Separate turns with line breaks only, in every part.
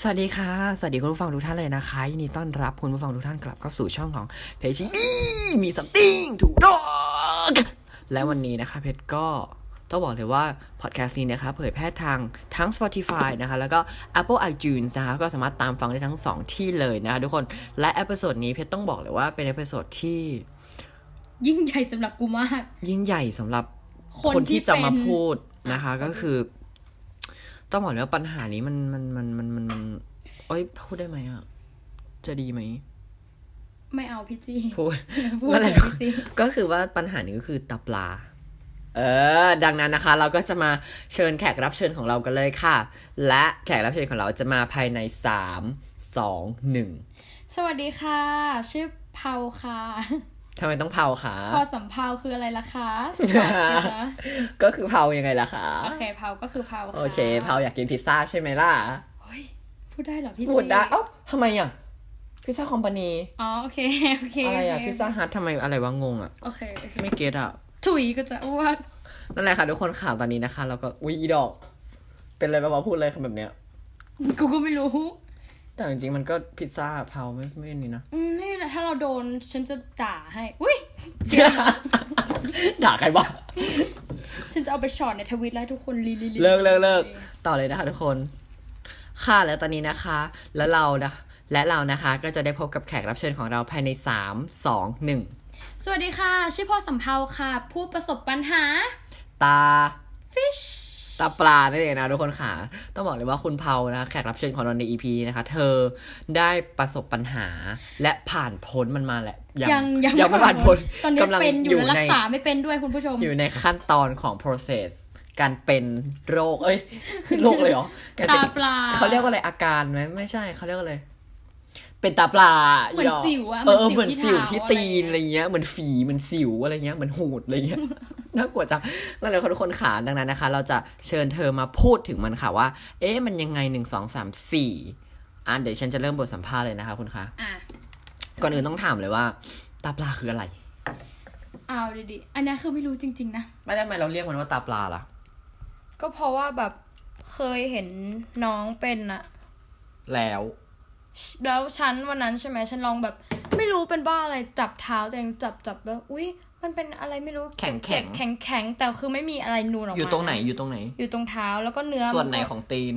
สวัสดีค่ะ สวัสดีคุณผู้ฟังทุกท่านเลยนะคะยินดีต้อนรับคุณผู้ฟังทุกท่านกลับเข้าสู่ช่องของเพจดีมีสัมติงถูกดอกและวันนี้นะคะ เพจก็ต้องบอกเลยว่า พอดแคสต์นี้นะคะเผยแพร่ทางทั้ง Spotify นะคะ แล้วก็ Apple iTunes นะคะก็สามารถตามฟังได้ทั้ง 2 ที่เลยนะคะทุกคนและเอพิโซดนี้เพจต้องบอกเลยว่าเป็นเอพิโซดที่
ยิ่งใหญ่สำหรับกูมาก
ยิ่งใหญ่สำหรับ
คน
คนที่
ที่
จะ
เป็น
มาพูดนะคะ ก็คือ ต้องบอกเลยว่าปัญหานี้มันมันมันมันมันมันเอ้ยพูดได้ไหมอ่ะ จะดีไหม
ไม่เอาพี่จี
พูด
พูด
นั่นแหละ
กับพี่จี
ก็คือว่าปัญหานี้ก็คือตับปลา เออ ดังนั้นนะคะ เราก็จะมาเชิญแขกรับเชิญของเรากันเลยค่ะ และแขกรับเชิญของเราจะมาภายในสามสองหนึ่ง
สวัสดีค่ะ ชื่อเผาค่ะ
ทำไมต้องเผาคะ
พอสำเภาคืออะไรล่ะคะบอกสิคะ
ก็คือเผายังไงล่ะคะ
โอเคเผาก็คือเผาะ
โอเคเผาอยากกินพิซซ่าใช่ไหมล่ะ
เฮ้ยพูดได้เหรอพี่จี
พูดได้เอ้าทำไมอ่ะพิซซ่าคอมพานี
อ๋อโอเคโอเค
อะไรอะ
โเค
พิซซ่าฮัททำไมอะไรวะงงอะ
โอเคโอเค
ไม่เก็ตอะ
ถุยก็จะอ้วก
นั่นแหละค่ะทุกคนข่าวตอนนี้นะคะ เราก็อุ๊ยอีดอก เป็นอะไรไปวะพูดเลยคำแบบเนี้ย
กูก็ไม่รู้
แต่จริงๆมันก็พิซซ่าเผาไม่ไม่นี่นะ
อืมไม่เป็นไรถ้าเราโดนฉันจะด่าให้อุ้ย
ด่าใครวะ
ฉันจะเอาไปช็อตในทวิตแล้วให้ทุกคนรีรีรี
เลิกเลิกเลิกต่อเลยนะคะทุกคน ค่ะแล้วตอนนี้นะคะ แล้วเรานะและเรานะคะ ก็จะได้พบกับแขกรับเชิญของเราภายในสามสองหนึ่ง
สวัสดีค่ะ ชื่อพ่อสำเภาค่ะ ผู้ประสบปัญหา
ตา
fish
ตาปลาได้เลยนะทุกคนค่ะ ต้องบอกเลยว่าคุณเผานะแขกรับเชิญของเราใน EP นี้นะคะ เธอได้ประสบปัญหาและผ่านพ้นมันมาแหละ
ยังยัง
ยังไม่ผ่านพ้น
ตอนนี้
กำลัง
เป็นอยู่และรั
ใน
กษาไม่เป็นด้วยคุณผู้ชม
อยู่ในขั้นตอนของ process การเป็นโรค เอ้ย โรคเลยเหรอการ
ตา
เป็น
ปลา
เขาเรียกว่าอะไรอาการไหมไม่ใช่เขาเรียกว่าอะไรเป็นตาปลา
เหมือนสิวอะ
เออเห
เหมื
มือ
อน นสิ
สิว
ว
ที่
ที่เท้า
ตีนอะไรเงี้ยเหมือนฝีเหมือนสิวอะไรเงี้ยเหมือนหูดอะไรเงี้ย น่ากลัวจังนั่นแหละค่ะทุกคนขาดังนั้นนะคะ เราจะเชิญเธอมาพูดถึงมันค่ะว่า เอ๊ะ มันยังไงหนึ่งสองสามสี่อ่ะเดี๋ยวฉันจะเริ่มบทสัมภาษณ์เลยนะคะคุณคะ
อ่ะ
ก่อนอื่นต้องถามเลยว่าตาปลาคืออะไร
เอาดีๆอันนี้คือไม่รู้จริง ๆ นะ
ไม่ได้ไหมเราเรียกมันว่าตาปลาล่ะ
ก็เพราะว่าแบบเคยเห็นน้องเป็นอะ
แล้ว
แล้วฉันวันนั้นใช่ไหมฉันลองแบบ ไม่รู้เป็นบ้าอะไรจับเท้าตัวเองจับจับแล้วอุ้ยมันเป็นอะไรไม่รู้
แข็ง
เจ็
แข็
บ
ง
แข็งแข็งแต่คือไม่มีอะไรนูนออกมา
อ
อยู่
ตรงไหนอยู่ตรงไหน
อยู่ตรงเท้าแล้วก็เนื้อ
ส่วนไหนของตีน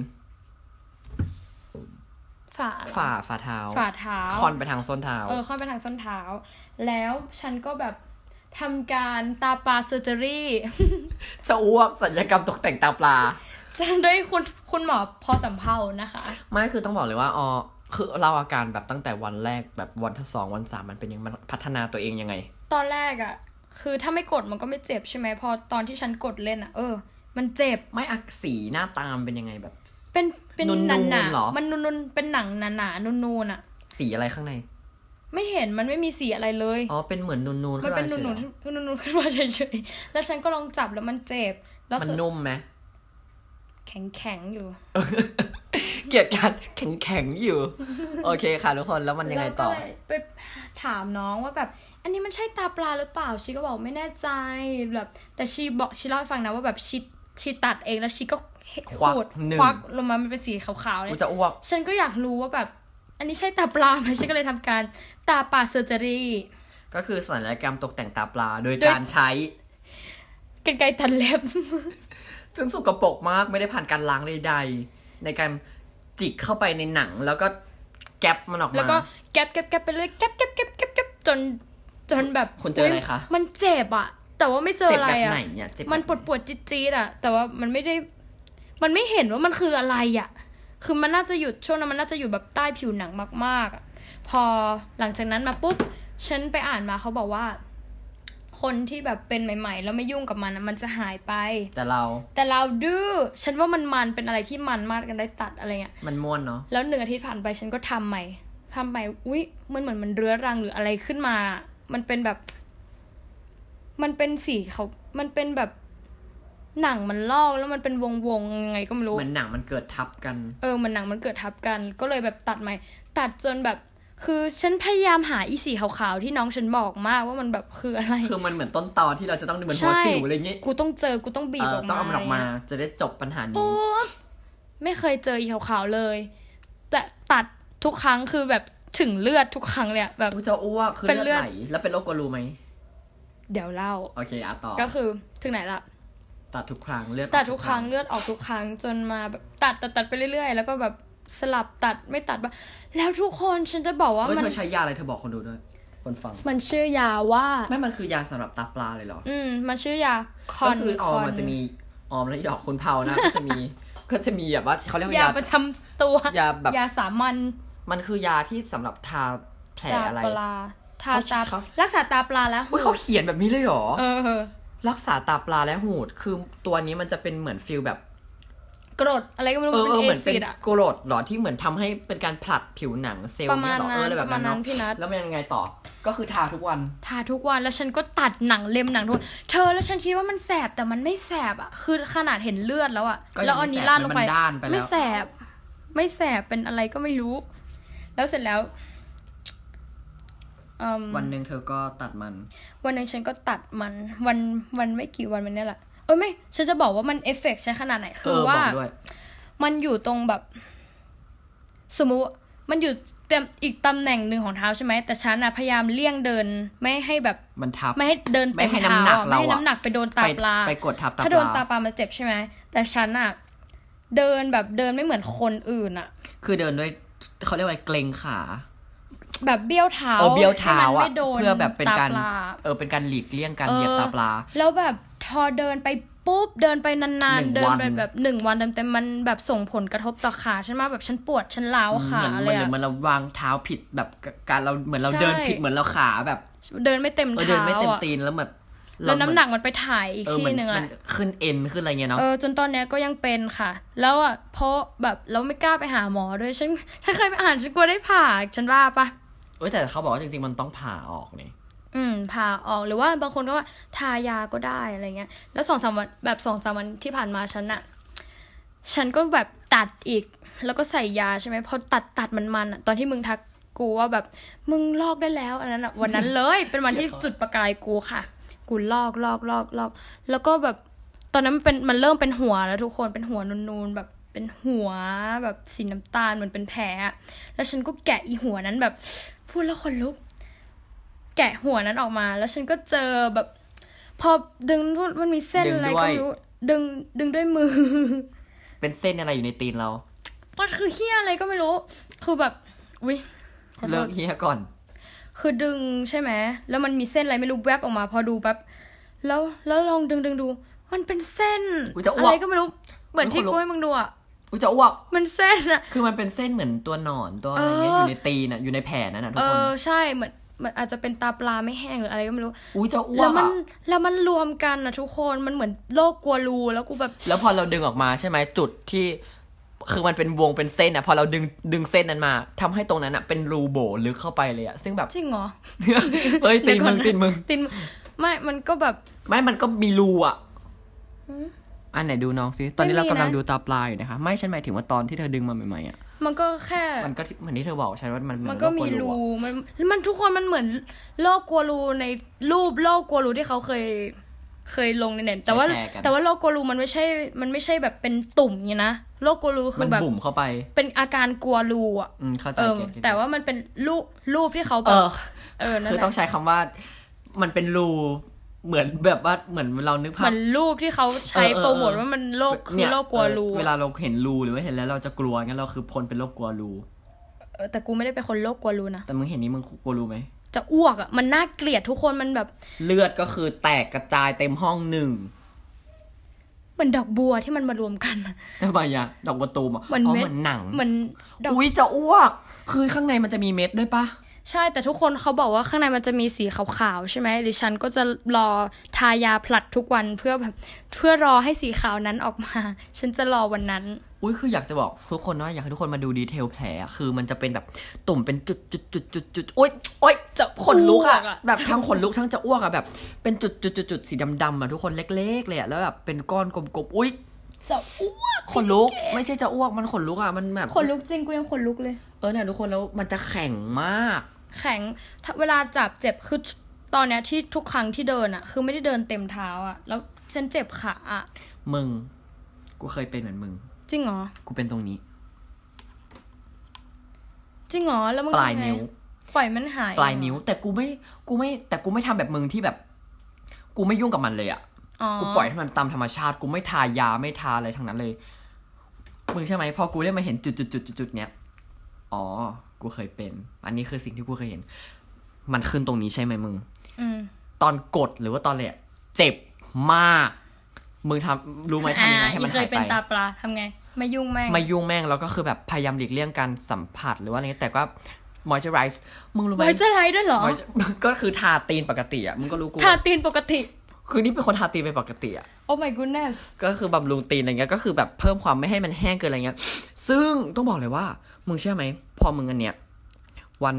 ฝ่า
ฝ่าฝ่าเท้า
ฝ่าเท้า
คอนไปทางส้นเท้า
เออเข้าไปทางส้นเท้า แล้วฉันก็แบบทำการตาปลาเซอร์เจอรี่
จะอ้วกสัญญกรรมตกแต่งตาปลา
ด้วยคุณคุณหมอพอสำเพานะคะ
ไม่คือต้องบอกเลยว่าอ๋อคือเราอาการแบบตั้งแต่วันแรกแบบวันที่สองวันสามมันเป็นยังมันพัฒนาตัวเองยังไง
ตอนแรกอะ่ะ คือถ้าไม่กดมันก็ไม่เจ็บใช่ไหมพอตอนที่ฉันกดเล่นอะ่ะ เออ มันเจ็บ
ไม่อักสีหน้าตามนเป็นยังไงแบบ
เป็นเป็น
นูนๆ
หนาหนา
เหรอ
มันนูนๆเป็นหนังหนาหนาๆนูนๆอะ่ะ
สีอะไรข้างใน
ไม่เห็นมันไม่มีสีอะไรเลย
อ๋อ เป็นเหมือนนูนนูน
มันเป็นนู
ข้าง
น
ใ
ๆนูนๆขึ้นมาเฉยๆแล้วฉันก็ลองจับแล้วมันเจ็บแล้ว
มัน
คือ
นุ่มไหม
แข็งแข็งๆอยู่
เกลียดการแข็งแข็งๆอยู่ โอเคค่ะทุกคน แล้วมันยังไงต่อ
เราก็เลยไปถามน้องว่าแบบ อันนี้มันใช่ตาปลาหรือเปล่าชีก็บอกไม่แน่ใจแบบ แต่ชีบอกชีเล่าให้ฟังนะว่าแบบชีชีตัดเองแล้วชีก็เห็น
ควัก
ขูด
หนึ่ง
ควักลงมามันเป็นสีขาวๆเล
กู
ย
จะอ้วก
ฉันก็อยากรู้ว่าแบบ อันนี้ใช่ตาปลาไหมฉันก็เลยทำการตาปลาเซอร์เจอรี่
ก็คือสัญญกรรมตกแต่งตาปลา โดย
โดย
การใช้
กันไกรตัดเล็บ
ซึ่งสกปรกมากไม่ได้ผ่านการล้างใดๆในการจิกเข้าไปในหนัง แล้วก็แก๊ปมันออก
แล้ว
มา
ก็แก๊บแก๊บแก๊บไปเรื่อยแก๊บแก๊บแก๊บแก๊บแก๊บจนจนแบบ
คุณเจออะไรคะ
มันเจ็บอะแต่ว่าไม่เจอ
เจ็บ
อะไร
แบบ
อะ
ไหนเนี่ยเจ็บแบบ
มันปวดปวดๆจี๊ดจีดๆอะแต่ว่ามันไม่ได้ มันไม่เห็นว่ามันคืออะไรอะคือมันน่าจะอยู่ช่วงนั้นมันน่าจะอยู่แบบใต้ผิวหนังมากๆอะพอหลังจากนั้นมาปุ๊บ ฉันไปอ่านมาเขาบอกว่า คนที่แบบเป็นใหม่ ๆ แล้วไม่ยุ่งกับมันอะมันจะหายไป
แต่เรา
แต่เราดื้อ ฉันว่ามันมันเป็นอะไรที่มันมากกันได้ตัดอะไรเงี้ย
มันม่วนเนาะ
แล้วหนึ่งอาทิตย์ผ่านไปฉันก็ทำใหม่ทำใหม่ อุ้ยมันเหมือนมันเรื้อรังหรืออะไรขึ้นมา มันเป็นแบบ มันเป็นสีเขา มันเป็นแบบหนังมันลอกแล้วมันเป็นวงๆยังไงก็ไม่รู้
เหมือนหนังมันเกิดทับกัน
เออ มันหนังมันเกิดทับกัน ก็เลยแบบตัดใหม่ ตัดจนแบบ คือฉันพยายามหาอีสีขาวๆที่น้องฉันบอกมากว่ามันแบบคืออะไร
คือมันเหมือนต้นตอที่เราจะต้องเหมือนหัว
ใช่
สิวอะไรเงี้ย
กูต้องเจอ กูต้องบีบ
เออ
ออกมา
ต้องเอามันออกมา จะได้จบปัญหานี้
ไม่เคยเจออีขาวๆเลย แต่ตัดทุกครั้งคือแบบถึงเลือดทุกครั้งเลยอะแบบ
กูจะอ้วกคือ
เป็น
เลือด
เลือด
ไหลแล้วเป็นโรคกระรูไหม
เดี๋ยวเล่า
โอเคอ่ะต่อ
ก็คือถึงไหนละ
ตัดทุกครั้งเลือดออก
ตัดทุกครั้งเลือดออกทุกครั้งจนมาแบบตัดตัดตัดไปเรื่อยๆ แล้วก็แบบสลับตัดไม่ตัดบ้างแล้วทุกคนฉันจะบอกว่า
เฮ้ย
มัน
เธอใช้ยาอะไรเธอบอกคนดูด้วย คนฟัง
มันชื่อยาว่า
ไม่มันคือยาสำหรับตาปลาเลยเหรอ
อืม มันชื่อยาคอ
ก็
น
คือออม
ค
มันจะมีออมและดอกคนเผา นะ ก็จะมีก็จะมีแบบว่าเขาเรียกว่า
าย
ยา
ประจำตัวย
าแบบ
ยาสามัญ
มันคือยาที่สำหรับทาแผล
ตา
อะไร
ปลาทาตา
เขา
รักษาตาปลาแล้ว
เฮ้ยเขาเขียนแบบนี้เลยเหรอ
เออเออ
รักษาตาปลาและหูด คือตัวนี้มันจะเป็นเหมือนฟิลแบบ
กรดอะไรก็ไม่รู้
เออเออ
เป็น
เหมือนเป็
เอซิ
น
ดอะ
โกรดเหรอที่เหมือนทำให้เป็นการผลัดผิวหนังเซลล์
ประมา
เนี่ยเหรอเอออะ
ณนั้น
ไรแบ
ป
บ
ระมา
นั้น
ณนั้น
เนาะ
พี่นัท
แล้วมันยังไงต่อ ก็คือทาทุกวัน
ทาทุกวันแล้วฉันก็ตัดหนังเล็มหนังทุกวันเธอแล้วฉันคิดว่ามันแสบแต่มันไม่แสบอ่ะ คือขนาดเห็นเลือดแล้วอ่ะ
ก็ยังไม่
แล้วเอานี้วลาดลงไป
แสบมันด้านไปแล้ว
แสบ ไม่แสบเป็นอะไรก็ไม่รู้ แล้วเสร็จแล้วอืม
วันหนึ่งเธอก็ตัดมัน
วันหนึ่งฉันก็ตัดมันวันวันไม่กี่วันมันเนี่ยแหละเอ้ยไม่ ฉันจะบอกว่ามันเอฟเฟกต์ฉันขนาดไหน
เอ
คือ
อ
ว่า
บอกด้วย
มันอยู่ตรงแบบ สมมุติว่ามันอยู่เต็มอีกตำแหน่งหนึ่งของเท้าใช่ไหมแต่ฉันอะพยายามเลี่ยงเดินไม่ให้แบบ
มันทับ
ไม่ให้เดินเต็
ไม่
ม
ให้
เท้า
น้ำหนัก
อะไม่ให้
เราอะ
น้ำหนักไปโดนตา
ไป
ปลา
ไปกดทับตาปลา
ถ้าโดนตาปลามันเจ็บใช่ไหม แต่ฉันอะเดินแบบเดินไม่เหมือนคนอื่นอะ
คือเดินด้วยเขาเรียกว่าเกรงขา
แบบเบี้ยวเท้า
เออเบี้ยวเท้า
ให้มัน
อ่ะ
ไม่โดน
เพื่อแบบเป็นการ
ตปล
เออเป็นการหลีกเลี่ยงการ
เออ
เหยียบตาปลา
แล้วแบบพอเดินไปปุ๊บเดินไปนานๆ
หนึ่
เดิ
งวัน น
ไปแบบหนึ่งวันเต็มๆมันแบบส่งผลกระทบต่อขาฉันมากแบบฉันปวดฉันล้าว
เห
ขา
มือน
อะ
เห
ไร
มือน
อะ
เหมือนเราวางเท้าผิดแบบการเราเหมือนเรา
ใช่
เดินผิดเหมือนเราขาแบบ
เดินไม่เต็ม
เออ
เท้า
เดินไม่เต็ม
อะ
ตีนแล้วแบบ
แล้วน้ำหนักมันไปถ่ายอีก
เออ
ที่
มัน
หนึ่ง
มั
อะ
นขึ้นเอ็นขึ้นอะไรเงี้ยเนาะ
เออจนตอนเนี้ยก็ยังเป็นค่ะ แล้วอ่ะเพราะแบบเราไม่กล้าไปหาหมอด้วยฉันฉันเคยไปอ่านฉันกลัวได้ผ่าฉันว่าปะ
เอยแต่เขาบอกว่าจริงๆมันต้องผ่าออกนี่
อืมผ่าออกหรือว่าบางคนก็ว่าทายาก็ได้อะไรเงี้ย แล้วสองสามวันแบบสองสามวันที่ผ่านมาฉันอะฉันก็แบบตัดอีก แล้วก็ใส่ยาใช่ไหมพอตัดตัดมันมันๆอะตอนที่มึงทักกูว่าแบบมึงลอกได้แล้วอันนั้นอะวันนั้นเลย เป็นวันที่จุดประกายกูค่ะ กูลอกลอกลอกลอก แล้วก็แบบตอนนั้นมันเป็นมันเริ่มเป็นหัวแล้วทุกคนเป็นหัวนูนๆแบบเป็นหัวแบบสีน้ำตาลเหมือนเป็นแผลอะแล้วฉันก็แกะอีหัวนั้นแบบ พูดแล้วคนลุก แกะหัวนั้นออกมา แล้วฉันก็เจอแบบ พอดึงมันมีเส้นอะไรก็ไม่รู้ดึงดึงด้วยมือ
เป็นเส้นอะไรอยู่ในตีนเรา
มันคือเฮี้ยอะไรก็ไม่รู้ คือแบบ อุ้ยขอโท
เลิ
ษ
กเฮียก่อน
คือดึงใช่ไหม แล้วมันมีเส้นอะไรไม่รู้แวบออกมา พอดูแป๊บ แล้ว แล้วลองดึงดึงดู มันเป็นเส้น
อุ๊ยจะอ้วก
อะไรก็ไม่รู้ เหมือนที่
อุ๊ยขนลุก
กล้วยมึงดูอ่ะ
อุยจะอ้วก
มันเส้นอะ
คือมันเป็นเส้นเหมือนตัวหนอนตัวอะไรเงี้ย
เออ
อ
อ
ยู่ในตีนอ่ะอยู่ในแผลนั่นน่ะทุ
เอก
คน
อ ใช่ เหมือนเหมันอาจจะเป็นตาปลาไม่แห้งหรืออะไรก็ไม่รู้
อุยจะอ้ว
แล้
ก
วมัน
อะ
แล้วมันรวมกันนะทุกคน มันเหมือนโรคกลัวรู แล้วกูแบบ
แล้วพอเราดึงออกมาใช่ไหมจุดที่ คือมันเป็นวงเป็นเส้นอ่ะพอเราดึงดึงเส้นนั้นมาทำให้ตรงนั้นอ่ะเป็นรูโบลึกเข้าไปเลยอ่ะซึ่งแบบ
จริงเหรอ
เฮ้ย
เดี๋
ตี
ยวก่
มึ
อน
ง
นะ
ตีมึง
ตินไม่ มันก็แบบ
ไม่มันก็มีรูอ่ะ อันไหนดูน้องซิตอนนี้เรากำลังดูตาปลาอยู่นะคะ ไม่ฉันหมายถึงว่าตอนที่เธอดึงมาใหม่ๆอ่ะ
มันก็แค่
มันก็ที่เหมือนที่เธอบอกฉันว่ามัน
มันก็มีรู
อะ
มันมันทุกคนมันเหมือนโลกกลัวรูในรูปโลกกลัวรูที่เขาเคยเคยลงในเน็ตแต่ว่า แต่ว่าโลกกลัวรูมันไม่ใช่ มันไม่ใช่แบบเป็นตุ่มเนี่ยนะโลกกลัวรูคื
มัน
อแบบ
บุ่มเข้าไป
เป็นอาการกลัวรูอ่ะ
อืมเข้าใจ
เออ
เก็ตเก็ต
แต่ว่ามันเป็นรูปรูปที่เขาแบ
เอบ อ
เออนั่น
คือ
แห
ต้อง
ละ
ใช้คำว่า มันเป็นรู เหมือนแบบว่าเหมือนเรานึก
เห
ภา
มั
พ
นรูปที่เขาใช้
เออเออ
โปรโมทว่ามันโลกคือ
เนี่ย
โลกกลัวรู
เออเวลาเราเห็นรูหรือว่าเห็นแล้วเราจะกลัวงั้นเราคือคนเป็นโรคกลัวรู
เออแต่กูไม่ได้เป็นคนโลกกลัวรูนะ
แต่มึงเห็นนี้มึงกลัวรูไหม
จะอ้วกอ่ะมันน่าเกลียดทุกคนมันแบบ
เลือดก็คือแตกกระจายเต็มห้องหนึ่ง
เหมือนดอกบัวที่มันมารวมกันอะ
ทำไมอะดอกบัวตูมอะ
เหมือน
อ๋อ
เม็ด
เหมือนหนัง
เหมือนดอก
อุ้ยจะอ้วก คือข้างในมันจะมีเม็ดด้วยปะ
ใช่แต่ทุกคนเขาบอกว่าข้างในมันจะมีสีขาวๆใช่ไหมดิฉันก็จะรอทายาผลัดทุกวันเพื่อแบบเพื่อรอให้สีขาวนั้นออกมา ฉันจะรอวันนั้น
อุ้ยคืออยากจะบอกทุกคนว่าอยากให้ทุกคนมาดูดีเทลแผลอะคือมันจะเป็นแบบตุ่มเป็นจุดจุดจุดจุดจุดอุ้ยโอ้ยจะขนลุกอะ
อ้วกอะ
แบบทั้งขนลุกทั้งจะอ้วกอะแบบ เป็นจุดจุดจุดจุดสีดำดำๆอะทุกคนเล็ก ๆ เลยอะแล้วแบบเป็นก้อนกลมๆอุ้ย
จะอ้วก
ขนลุก ไม่ใช่จะอ้วกมันขนลุกอะมันแบบ
ขนลุกจริงกูยังขนลุกเลย
เออเนี่ยทุกคนแล้วมันจะแข็งมาก
แข็งถ้าเวลาจับเจ็บคือตอนเนี้ยที่ทุกครั้งที่เดินอะคือไม่ได้เดินเต็มเท้าอะแล้วฉันเจ็บขาอะ
มึง กูเคยเป็นเหมือนมึง
จริงเหรอ
กูเป็นตรงนี้
จริงเหรอแล้วมึง
ปลาย
ทำไง
นิ้ว
ปล่อยมันหาย
ปลายนิ้ว แต่กูไม่กูไม่ แต่กูไม่ทำแบบมึงที่แบบ กูไม่ยุ่งกับมันเลยอ่ะ
อ๋อ
กูปล่อยให้มันตามธรรมชาติ กูไม่ทายาไม่ทาอะไรทั้งนั้นเลย มึงใช่ไหมพอกูได้มาเห็นจุดจุดจุดจุดจุดๆๆๆๆเนี้ย อ๋อ กูเคยเป็น อันนี้คือสิ่งที่กูเคยเห็น มันขึ้นตรงนี้ใช่ไหมมึง
อืม
ตอนกดหรือว่าตอนเลยอะเจ็บมาก มึงทำรู้ไหมทำยังไงให้มัน
อ่ะอีเค
หาย ยไป
เป็นตาปลาทำไง ไม่ยุ่งแม่ง
ไม่ยุ่งแม่งแล้วก็คือแบบพยายามหลีกเลี่ยงการสัมผัสหรือว่าอะไรเงี้ยแต่ว่า moisturize มึงรู้ไหม
ไว้จะไรด้วยเหรอ
moisture- ก็คือทาตีนปกติอ่ะ มึงก็รู้กู
ทาตีนปกติ
คือนี่เป็นคนทาตีนเป็นปกติอ่ะ
Oh my goodness
ก็คือบำรุงตีนอะไรเงี้ยก็คือแบบเพิ่มความไม่ให้มันแห้งเกินอะไรเงี้ย ซึ่งต้องบอกเลยว่า มึงเชื่อไหม พอมึงอันเนี้ยวัน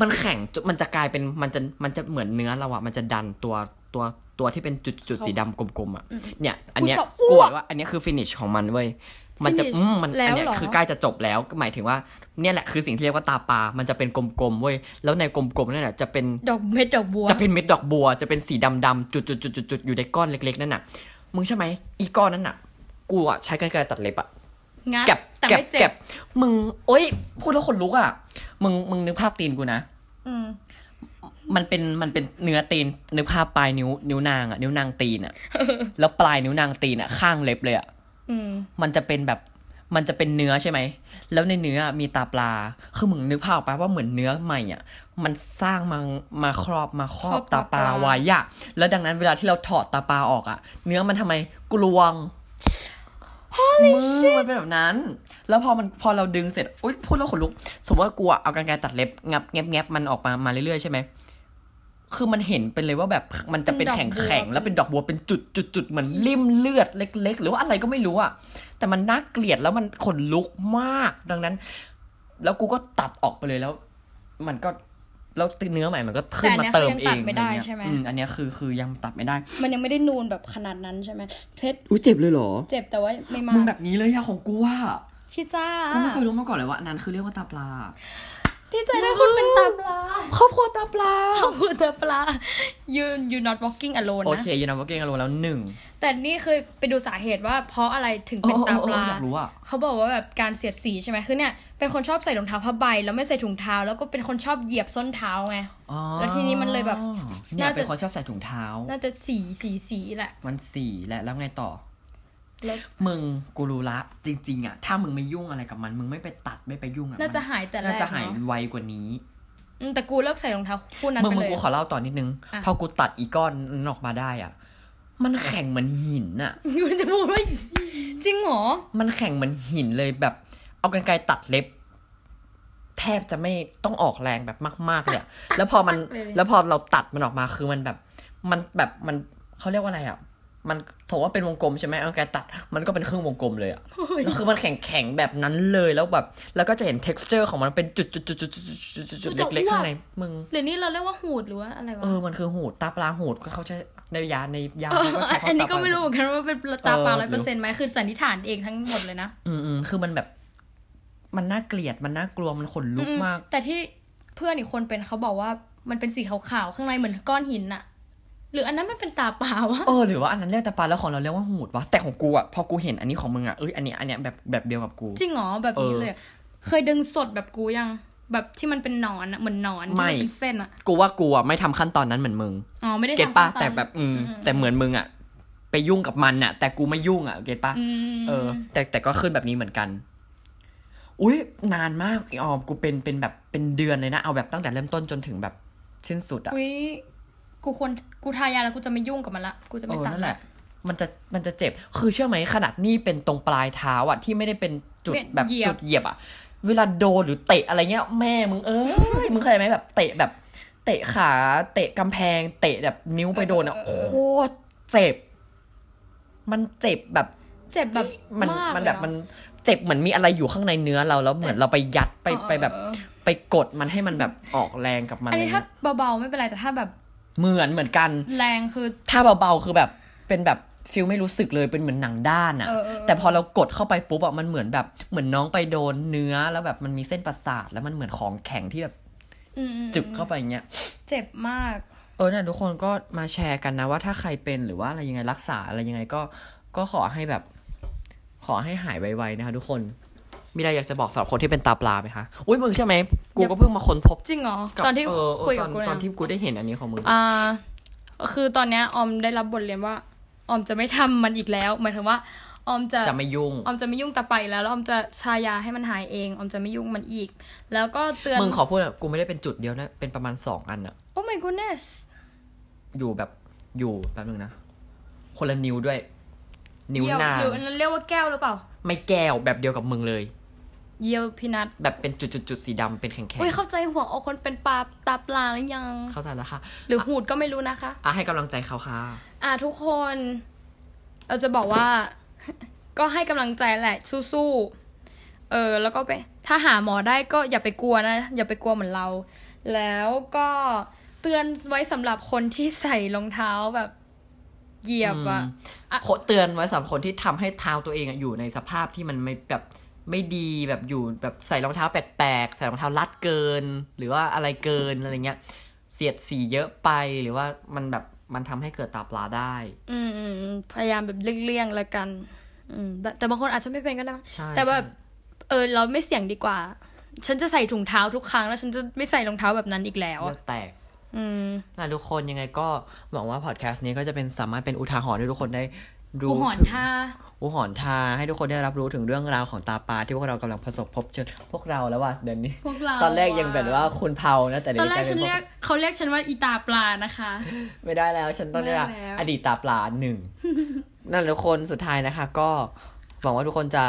มันแข็งจนมันจะกลายเป็นมันจะมันจะเหมือนเนื้อเราอะมันจะดันตัวตัวตัวที่เป็นจุดจุดๆสีดำกลมๆอะเนี่ย อันเนี้ย
กูจะอ้
กู
วก
บอกว่า อันเนี้ยคือฟินิชของมันเว้ยมันจะ
finish
อืมมัน
แล้
อั
วน
เนี้ย
เหรอ
คือใกล้จะจบแล้วก็หมายถึงว่าเนี่ยแหละคือสิ่งที่เรียกว่าตาปลามันจะเป็นกลมๆเว้ยแล้วในกลมๆนั่นแหละจะเป็น
ดอกเม็ดดอกบัว
จะเป็นเม็ดดอกบัวจะเป็นสีดำดำจุดจุดจุดจุดจุดอยู่ในก้อนเล็กๆนั่นน่ะ มึงใช่ไหมอีก้อนนั้นน่ะ กูอ่ะใช้กรรไกรตัดเล็บอ่ะ
งัด
แก็บ
แต่
แก็บ
ไม่เจ็
แก็
บบ
มึงโอ๊ยพูดแล้วขนลุกอ่ะ มึงมึงนึกภาพตีนกูนะ
อืม
มันเป็นมันเป็นเนื้อตีนนึกภาพปลายนิ้วนิ้วนางอ่ะนิ้วนางตีน อ่ะ แล้วปลายนิ้วนางตีนอ่ะข้างเล็บเลยอ่ะ
อืม
มันจะเป็นแบบมันจะเป็นเนื้อใช่ไหม แล้วในเนื้อมีตาปลา คือมึงนึกภาพออกปะว่าเหมือนเนื้อใหม่อ่ะ มันสร้างมามาครอบมาครอ
คร
บ
อบ
ตา
ตา
ป
ป
ลา
ลา
ไว้อะแล้วดังนั้นเวลาที่เราถอดตาปลาออกอ่ะ เนื้อมันทำไมกลวงมือมันเป็นแบบนั้น แล้วพอมันพอเราดึงเสร็จอุ้ยพูดแล้วขนลุก สมมติว่ากูอะเอากรรไกรตัดเล็บงับแงบแงบมันออกมามาเรื่อยๆใช่ไหม คือมันเห็นเป็นเลยว่าแบบมันจะเป็น
เป็นดอก
แข็ง
บัว
แข็งแล้วเป็นดอกบัวเป็นจุดจุดจุดๆๆเหมือนริ่มเลือดเล็ก ๆ หรือว่าอะไรก็ไม่รู้อะแต่มันน่าเกลียดแล้วมันขนลุกมาก ดังนั้น แล้วกูก็ตัดออกไปเลยแล้ว มันก็แล้วเนื้อใหม่มันก็ขึ้นมา
แต่อันเนี้ย
เติม
คือ
เอ
ยั
ง
งตัดไม่ได้
อะรเงี้ย
ใช่ไหม
อือันเนี้ยคือคือยังตัดไม่ได้
มันยังไม่ได้นูนแบบขนาดนั้นใช่ไหมเพชร
อุ้เจ็บเลยเหรอ
เจ็บแต่ว่าไม่มา
มึง
ก
แบบนี้เลยอะของกูว่า
ชิจ้า
กูไม่เคยรู้มาก่อนเลยว่าอันนั้นคือเรียกว่าตาปลา
ดีใจด้วยคุณเป็นตาปลา
ครอบครัวตาปลา
ขอบคุณตาปลา you you not walking alone
โอ
นะ
เคยูนาวาเกงกันรู้แล้วหนึ่ง
แต่นี่เคยไปดูสาเหตุว่าเพราะอะไรถึงเป็นตาป
เออเอ
ลา
อเอออยากรู้อะ
เขาบอกว่าแบบการเสียดสีใช่ไหมคือเนี่ย เป็นคนชอบใส่รองเท้าผ้าใบแล้วไม่ใส่ถุงเท้า แล้วก็เป็นคนชอบเหยียบส้นเท้าไง
อ๋อ
แล้วทีนี้มันเลยแบบ
เนี่ย
น่าจะ
เป็นคนชอบใส่ถุงเท้า
น่าจะสีสีสีแหละ
มันสี่และแล้วไงต่อ
แล้ว
มึงกูรู้ละจริง ๆ อ่ะ ถ้ามึงไม่ยุ่งอะไรกับมัน มึงไม่ไปตัดไม่ไปยุ่งอ่ะ
น่า
มั
จะ
น
หายแต่แร
น่าก จะหาย
เนอะ
ไวกว่านี้
อืมแต่กูเลิกใส่รองเท้าคู่นั้น
มึง
ไป
มึง
เลย
กูขอเล่าต่อนิดนึง
อ่ะ
พอกูตัดอีก้อนนั้นออกมาได้อ่ะ มันแข็งเหมือนหินอ่ะ
กูจะพูดว่าจริงเหรอ
มันแข็งเหมือนหินเลยแบบ เอากรรไกรตัดเล็บ แทบจะไม่ต้องออกแรงแบบมาก ๆ เลยอะแล้วพอมัน
เลย
แล้วพอเราตัดมันออกมาคือมันแบบ มันแบบมันเขาเรียกว่าอะไรอ่ะ มันถกว่าเป็นวงกลมใช่ไหมเอากรรไกรตัดมันก็เป็นครึ่งวงกลมเลยอ่ะแล้วคือมันแข็งแข็งๆแบบนั้นเลยแล้วแบบ แล้วก็จะเห็น t e x t u r e ของมันเป็นจุดจุดจุดจุดจุดจุดจุดจุดเล็กๆข้างในมึง
หรือนี่เราเรียกว่าหูดหรือว่าอะไรวะ
เออมันคือหูดตาปลาหูดเขาใช้ในยาในยา
เออ
เขาใช้คำว่า
อันนี้ก็
ตาปลา
ไม่รู้เหมือนกันว่าเป็นตาปลา
เออ
ร้อยเปอร์เซ็นต์ไหมคือสันนิษฐานเองทั้งหมดเลยนะ
อืมอืมคือมันแบบ มันน่าเกลียดมันน่ากลัวมันขนลุก
อืม
มาก
แต่ที่เพื่อนอีกคนเป็นเขาบอกว่ามันเป็นสีขาวๆข้างในเหมือนก้อนหินอะหรืออันนั้นมันเป็นตาปลาวะ
เออหรือว่าอันนั้นเรียกตะปาแล้วของเราเรียกว่าหูดวะแต่ของกูอ่ะพอกูเห็นอันนี้ของมึงอ่ะเอ้ยอันเนี้ยอันเนี้ยแบบแบบเดียวกับกู
จริงเหรอแบบนี้
เออ
เลยอะเคยดึงสดแบบกูยังแบบที่มันเป็นหนอนอะเหมือนหนอนที่
ไม่
มันเป็นเส้นอะ
กูว่ากูอ่ะไม่ทำขั้นตอนนั้นเหมือนมึง
อ๋อไม่ได้
เก็ต
ทำ
ปะ
ขั้นอน
แต่แบบอืม
อื
แต่เหมือนมึงอ่ะไปยุ่งกับมันอ่ะ แต่กูไม่ยุ่งอ่ะเก็ตปะ
อืม
เออ แต่แต่ก็ขึ้นแบบนี้เหมือนกัน อุ้ยนานมากไอออมกูเป็นเป็นแบบเป็นเดือนเลยนะเอาแบบตั้งแต่เริ่มต้นจนถึงแบบสิ้นสุดอ่ะ
อุ้ยกูควรกูทายาแล้วกูจะไม่ยุ่งกับมันละกูจะ
เอ
ไม่
อ
ตัด
นั่นแหละ มันจะมันจะเจ็บ คือเชื่อไหมขนาดนี่เป็นตรงปลายเท้าอ่ะที่ไม่ได้เป็นจุดแบบจุดเหยียบอ่ะ เวลาโดนหรือเตะอะไรเงี้ยแม่มึงเอ้ย มึงเคยไหมแบบเตะแบบ เตะขา เตะกำแพง เตะแบบนิ้วไปโดนอ่ะโคตรเจ็บ มันเจ็บแบบ
เจ็บแบบ
มัน
าก
มันแบบ
เลยอะ
มันเจ็บเหมือนมีอะไรอยู่ข้างในเนื้อเราแล้วเหมือนเราไปยัดไป
เออ
ไปแบบ
เออ
ไปกดมันให้มันแบบออกแรงกับมัน
อันนี้
อะไร
ถ้า
เงี้ย
เบาๆไม่เป็นไรแต่ถ้าแบบ
เหมือนเหมือนกัน
แรงคือ
ถ้าเบาๆคือแบบเป็นแบบฟิลไม่รู้สึกเลยเป็นเหมือนหนังด้านอะ
เออเออเออ
แต่พอเรากดเข้าไปปุ๊บอะมันเหมือนแบบเหมือนน้องไปโดนเนื้อแล้วแบบมันมีเส้นประสาทแล้วมันเหมือนของแข็งที่แบบ
อืมๆ
จึกเข้าไปอย่างเงี้ย
เจ็บมาก
เออเนี่ยทุกคนก็มาแชร์กันนะว่าถ้าใครเป็นหรือว่าอะไรยังไงรักษาอะไรยังไงก็ก็ขอให้แบบ ขอให้หายไวๆนะคะทุกคน มีอะไรอยากจะบอกสำหรับคนที่เป็นตาปลาไหมคะอุ้ยมึงใช่ไหมกูก็เพิ่งมาค้นพบ
จริงเหรอ
กับ
ตอนที่
เเออ
คุยกับ
ตอน
กูนะ
ตอนที่กูได้เห็นอันนี้ของมึง
อ่า คือตอนเนี้ยออมได้รับบทเรียนว่า ออมจะไม่ทำมันอีกแล้วหมายถึงว่า ออมจะ
จะไม่ยุ่ง
ออมจะไม่ยุ่งต่อไปแล้วแล้วออมจะชายาให้มันหายเอง ออมจะไม่ยุ่งมันอีก แล้วก็เตือน
มึงขอพูดอะกูไม่ได้เป็นจุดเดียวนะเป็นประมาณสองอันอะ
โอ้ my goodness
อยู่แบบอยู่แป๊บนึงนะคนละนิ้วด้วย นิ้ว
เยี่ยว
หน้า
หรืออันนั้นเรียกว่าแก้วหรือเปล่า
ไม่แก้วแบบเดียวกับมึงเลย
เยี่ยวพินัท
แบบเป็นจุดๆๆสีดำเป็นแข็ง
อุ้ยเข้าใจหัวอกคนเป็นปลาตาปลาหรือยัง
ๆเข้าใจแล้วค่ะ
หรือหูดก็ไม่รู้นะคะ
อ่ะให้กำลังใจเขาค่ะ
อ่ะทุกคน เราจะบอกว่า ก็ให้กำลังใจแหละสู้ๆเออ แล้วก็ไป ถ้าหาหมอได้ก็อย่าไปกลัวนะ อย่าไปกลัวเหมือนเรา แล้วก็เตือนไว้สำหรับคนที่ใส่รองเท้าแบบเหยียบอะ อ่ะ
โคเตือนไว้สำหรับคนที่ทำให้เท้าตัวเองอะอยู่ในสภาพที่มันไม่แบบไม่ดีแบบอยู่แบบใส่รองเท้าแปลกๆ ใส่รองเท้าลัดเกิน หรือว่าอะไรเกินอะไรเงี้ย เสียดสีเยอะไปหรือว่ามันแบบมันทำให้เกิดตาปลาได้
อืมอืมอืมพยายามแบบเลี่ยงๆแล้วกัน อืมแต่แต่บางคนอาจจะไม่เป็นก็ได้
ใช่
แต่แบบ
ใช่
เออ เราไม่เสี่ยงดีกว่า ฉันจะใส่ถุงเท้าทุกครั้งแล้วฉันจะไม่ใส่รองเท้าแบบนั้นอีกแล้ว
เลื
อะ
อดแตก
อืม
นะทุกคนยังไงก็หวังว่าพอดแคสต์นี้ก็จะเป็นสามารถเป็นอุทาหรณ์ให้ทุกคนได้รู้
อุหรณ์
ถึง
ท่า
อุหรณ์ทาให้ทุกคนได้รับรู้ถึงเรื่องราวของตาปลาที่พวกเรากำลังประสบพบเจอพวกเราแล้วว่ะเดี๋ยวนี้
พวกเรา
ตอนแรกยังแบบว่าคุณเผานะแต่เดี๋ยว
ตอนแรก
ลาย
ฉั
เป็น พว
เรียกเขาเรียกฉันว่าอีตาปลานะคะ
ไม่ได้แล้ว ฉันต้อง
ไม่
เรียก
ได้
ว่า
แล้ว
อดีตตาปลาห นึ่ง นั่นแหละทุกคนสุดท้ายนะคะ ก็หวังว่าทุกคนจะ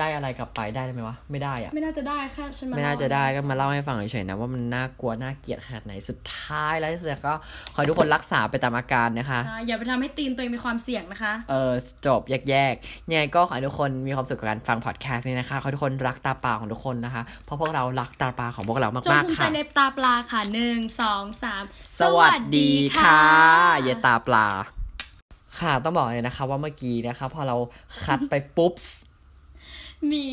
ได้อะไรกลับไปได้ไหมวะไม่ได้อะ
ไม่น่าจะได้ค่ะฉันมา
ไม่น่า
เล่
จะได้ก็มาเล่าให้ฟังเฉยๆนะว่ามันน่ากลัวน่าเกลียดขนาดไหนสุดท้ายแล้วที่สุดก็ขอให้ทุกคนรักษาไปตามอาการนะคะ
ใช่อย่าไปทำให้ตีนตัวเองมีความเสี่ยงนะคะ
เออจบแยกๆยังไงก็ขอให้ทุกคนมีความสุขกับการฟังพอดแคสต์นี้นะคะขอให้ทุกคนรักตาปลาของทุกคนนะคะ เพราะพวกเรารักตาปลาของพวกเรา
จง
มาก
ภู
ๆ
มิใจ
ค่ะ
ในตาปลาค่ะหนึ่งสองสาม
สวัสดีค่ะ
สวัสดีค่ะ
เยตาปลา ค่ะต้องบอกเลยนะคะว่าเมื่อกี้นะคะพอเราคัดไปปุ๊บ
มี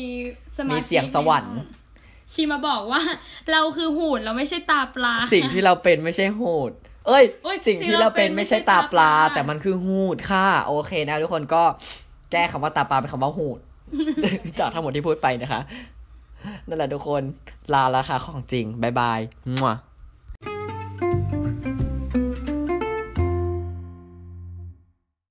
สมาชิก
มีเสียงสวรรค์
ในห้องชีมาบอกว่า เราคือหูดเราไม่ใช่ตาปลา
สิ่งที่เราเป็นไม่ใช่หูด เอ้ย
เอ้ย
สิ่งที่เราเป็นไม่ใช่ตาปลา
สิ่งที่เราเป็นไม่ใช่ตาปลา
แต่มันคือหูดค่ะ โอเคนะทุกคนก็แก้คำว่าตาปลาเป็นคำว่าหูด จากทั้งหมดที่พูดไปนะคะ นั่นแหละทุกคนลาและค่ะของจริงบายบายมั่ว